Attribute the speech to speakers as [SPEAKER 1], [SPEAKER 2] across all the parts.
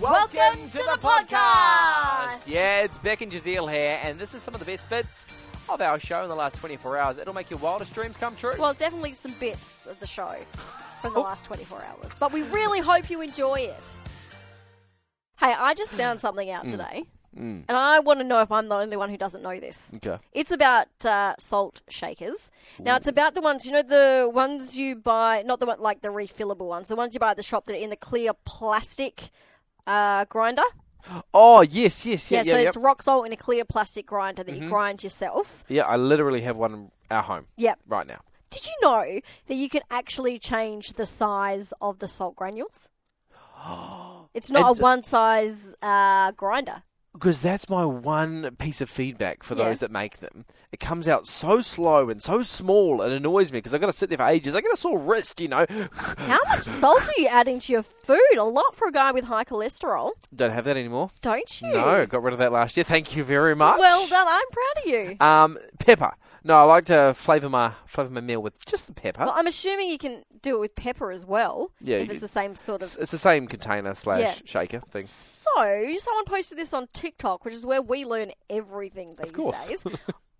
[SPEAKER 1] Welcome to the podcast.
[SPEAKER 2] Yeah, it's Beck and Jazeel here, and this is some of the best bits of our show in the last 24 hours. It'll make your wildest dreams come true.
[SPEAKER 1] Well, it's definitely some bits of the show from the
[SPEAKER 2] Oh.
[SPEAKER 1] last 24 hours, but we really hope you enjoy it. Hey, I just found something
[SPEAKER 2] Mm.
[SPEAKER 1] out today, and I want to know if I'm the only one who doesn't know this.
[SPEAKER 2] okay.
[SPEAKER 1] It's about uh, salt shakers. Now, it's about the ones, you know, the ones you buy, not the one like the refillable ones, the ones you buy at the shop that are in the clear plastic uh, grinder.
[SPEAKER 2] Oh, yes, yes, yeah,
[SPEAKER 1] Yeah, so
[SPEAKER 2] yeah. Yeah, Mm-hmm.
[SPEAKER 1] it's rock salt in a clear plastic grinder that you grind yourself.
[SPEAKER 2] yeah I literally have one at home
[SPEAKER 1] Yep.
[SPEAKER 2] right now.
[SPEAKER 1] Did you know that you can actually change the size of the salt granules? It's not
[SPEAKER 2] And-
[SPEAKER 1] a one size uh, grinder.
[SPEAKER 2] Because that's my one piece of feedback for
[SPEAKER 1] Yeah.
[SPEAKER 2] those that make them. It comes out so slow and so small, it annoys me because I've got to sit there for ages. I get a sore wrist, you know.
[SPEAKER 1] How much salt are you adding to your food? A lot for a guy with high cholesterol,
[SPEAKER 2] Don't have that anymore.
[SPEAKER 1] don't you?
[SPEAKER 2] No, got rid of that last year. Thank you very much.
[SPEAKER 1] Hmm. Well done. I'm proud of you.
[SPEAKER 2] Um, pepper. No, I like to flavour my flavour my meal with just the pepper.
[SPEAKER 1] Well, I'm assuming you can do it with pepper as well.
[SPEAKER 2] Yeah,
[SPEAKER 1] if
[SPEAKER 2] you-
[SPEAKER 1] it's the same sort of.
[SPEAKER 2] it's, it's the same container slash
[SPEAKER 1] Yeah.
[SPEAKER 2] shaker thing.
[SPEAKER 1] So, someone posted this on TikTok, which is where we learn everything these
[SPEAKER 2] course.
[SPEAKER 1] days.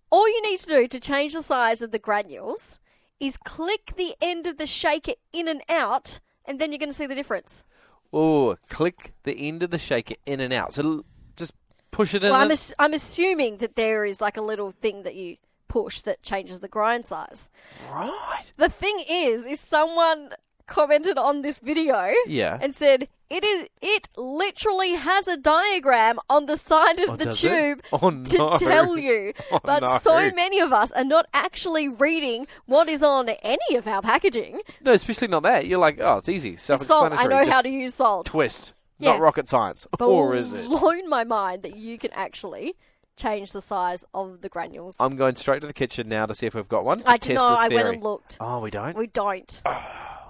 [SPEAKER 1] All you need to do to change the size of the granules is click the end of the shaker in and out, and then you're going to see the difference.
[SPEAKER 2] Oh, click the end of the shaker in and out. So l- just push it in.
[SPEAKER 1] Well, I'm,
[SPEAKER 2] and-
[SPEAKER 1] ass- I'm assuming that there is like a little thing that you push that changes the grind size.
[SPEAKER 2] right.
[SPEAKER 1] The thing is, is someone commented on this video
[SPEAKER 2] Yeah.
[SPEAKER 1] and said it is it literally has a diagram on the side of
[SPEAKER 2] Oh,
[SPEAKER 1] the
[SPEAKER 2] does it?
[SPEAKER 1] tube
[SPEAKER 2] Oh,
[SPEAKER 1] to
[SPEAKER 2] no.
[SPEAKER 1] tell you.
[SPEAKER 2] Oh,
[SPEAKER 1] but
[SPEAKER 2] no.
[SPEAKER 1] so many of us are not actually reading what is on any of our packaging.
[SPEAKER 2] No, especially not that. You're like, oh, it's easy.
[SPEAKER 1] Salt,
[SPEAKER 2] Self-explanatory.
[SPEAKER 1] I know
[SPEAKER 2] Just
[SPEAKER 1] how to use salt.
[SPEAKER 2] twist.
[SPEAKER 1] Yeah.
[SPEAKER 2] Not rocket science. or is it?
[SPEAKER 1] Blown my mind that you can actually change the size of the granules.
[SPEAKER 2] I'm going straight to the kitchen now to see if we've got one to
[SPEAKER 1] I
[SPEAKER 2] test
[SPEAKER 1] know.
[SPEAKER 2] this
[SPEAKER 1] I
[SPEAKER 2] theory.
[SPEAKER 1] went and looked.
[SPEAKER 2] Oh, we don't.
[SPEAKER 1] We don't.
[SPEAKER 2] Oh,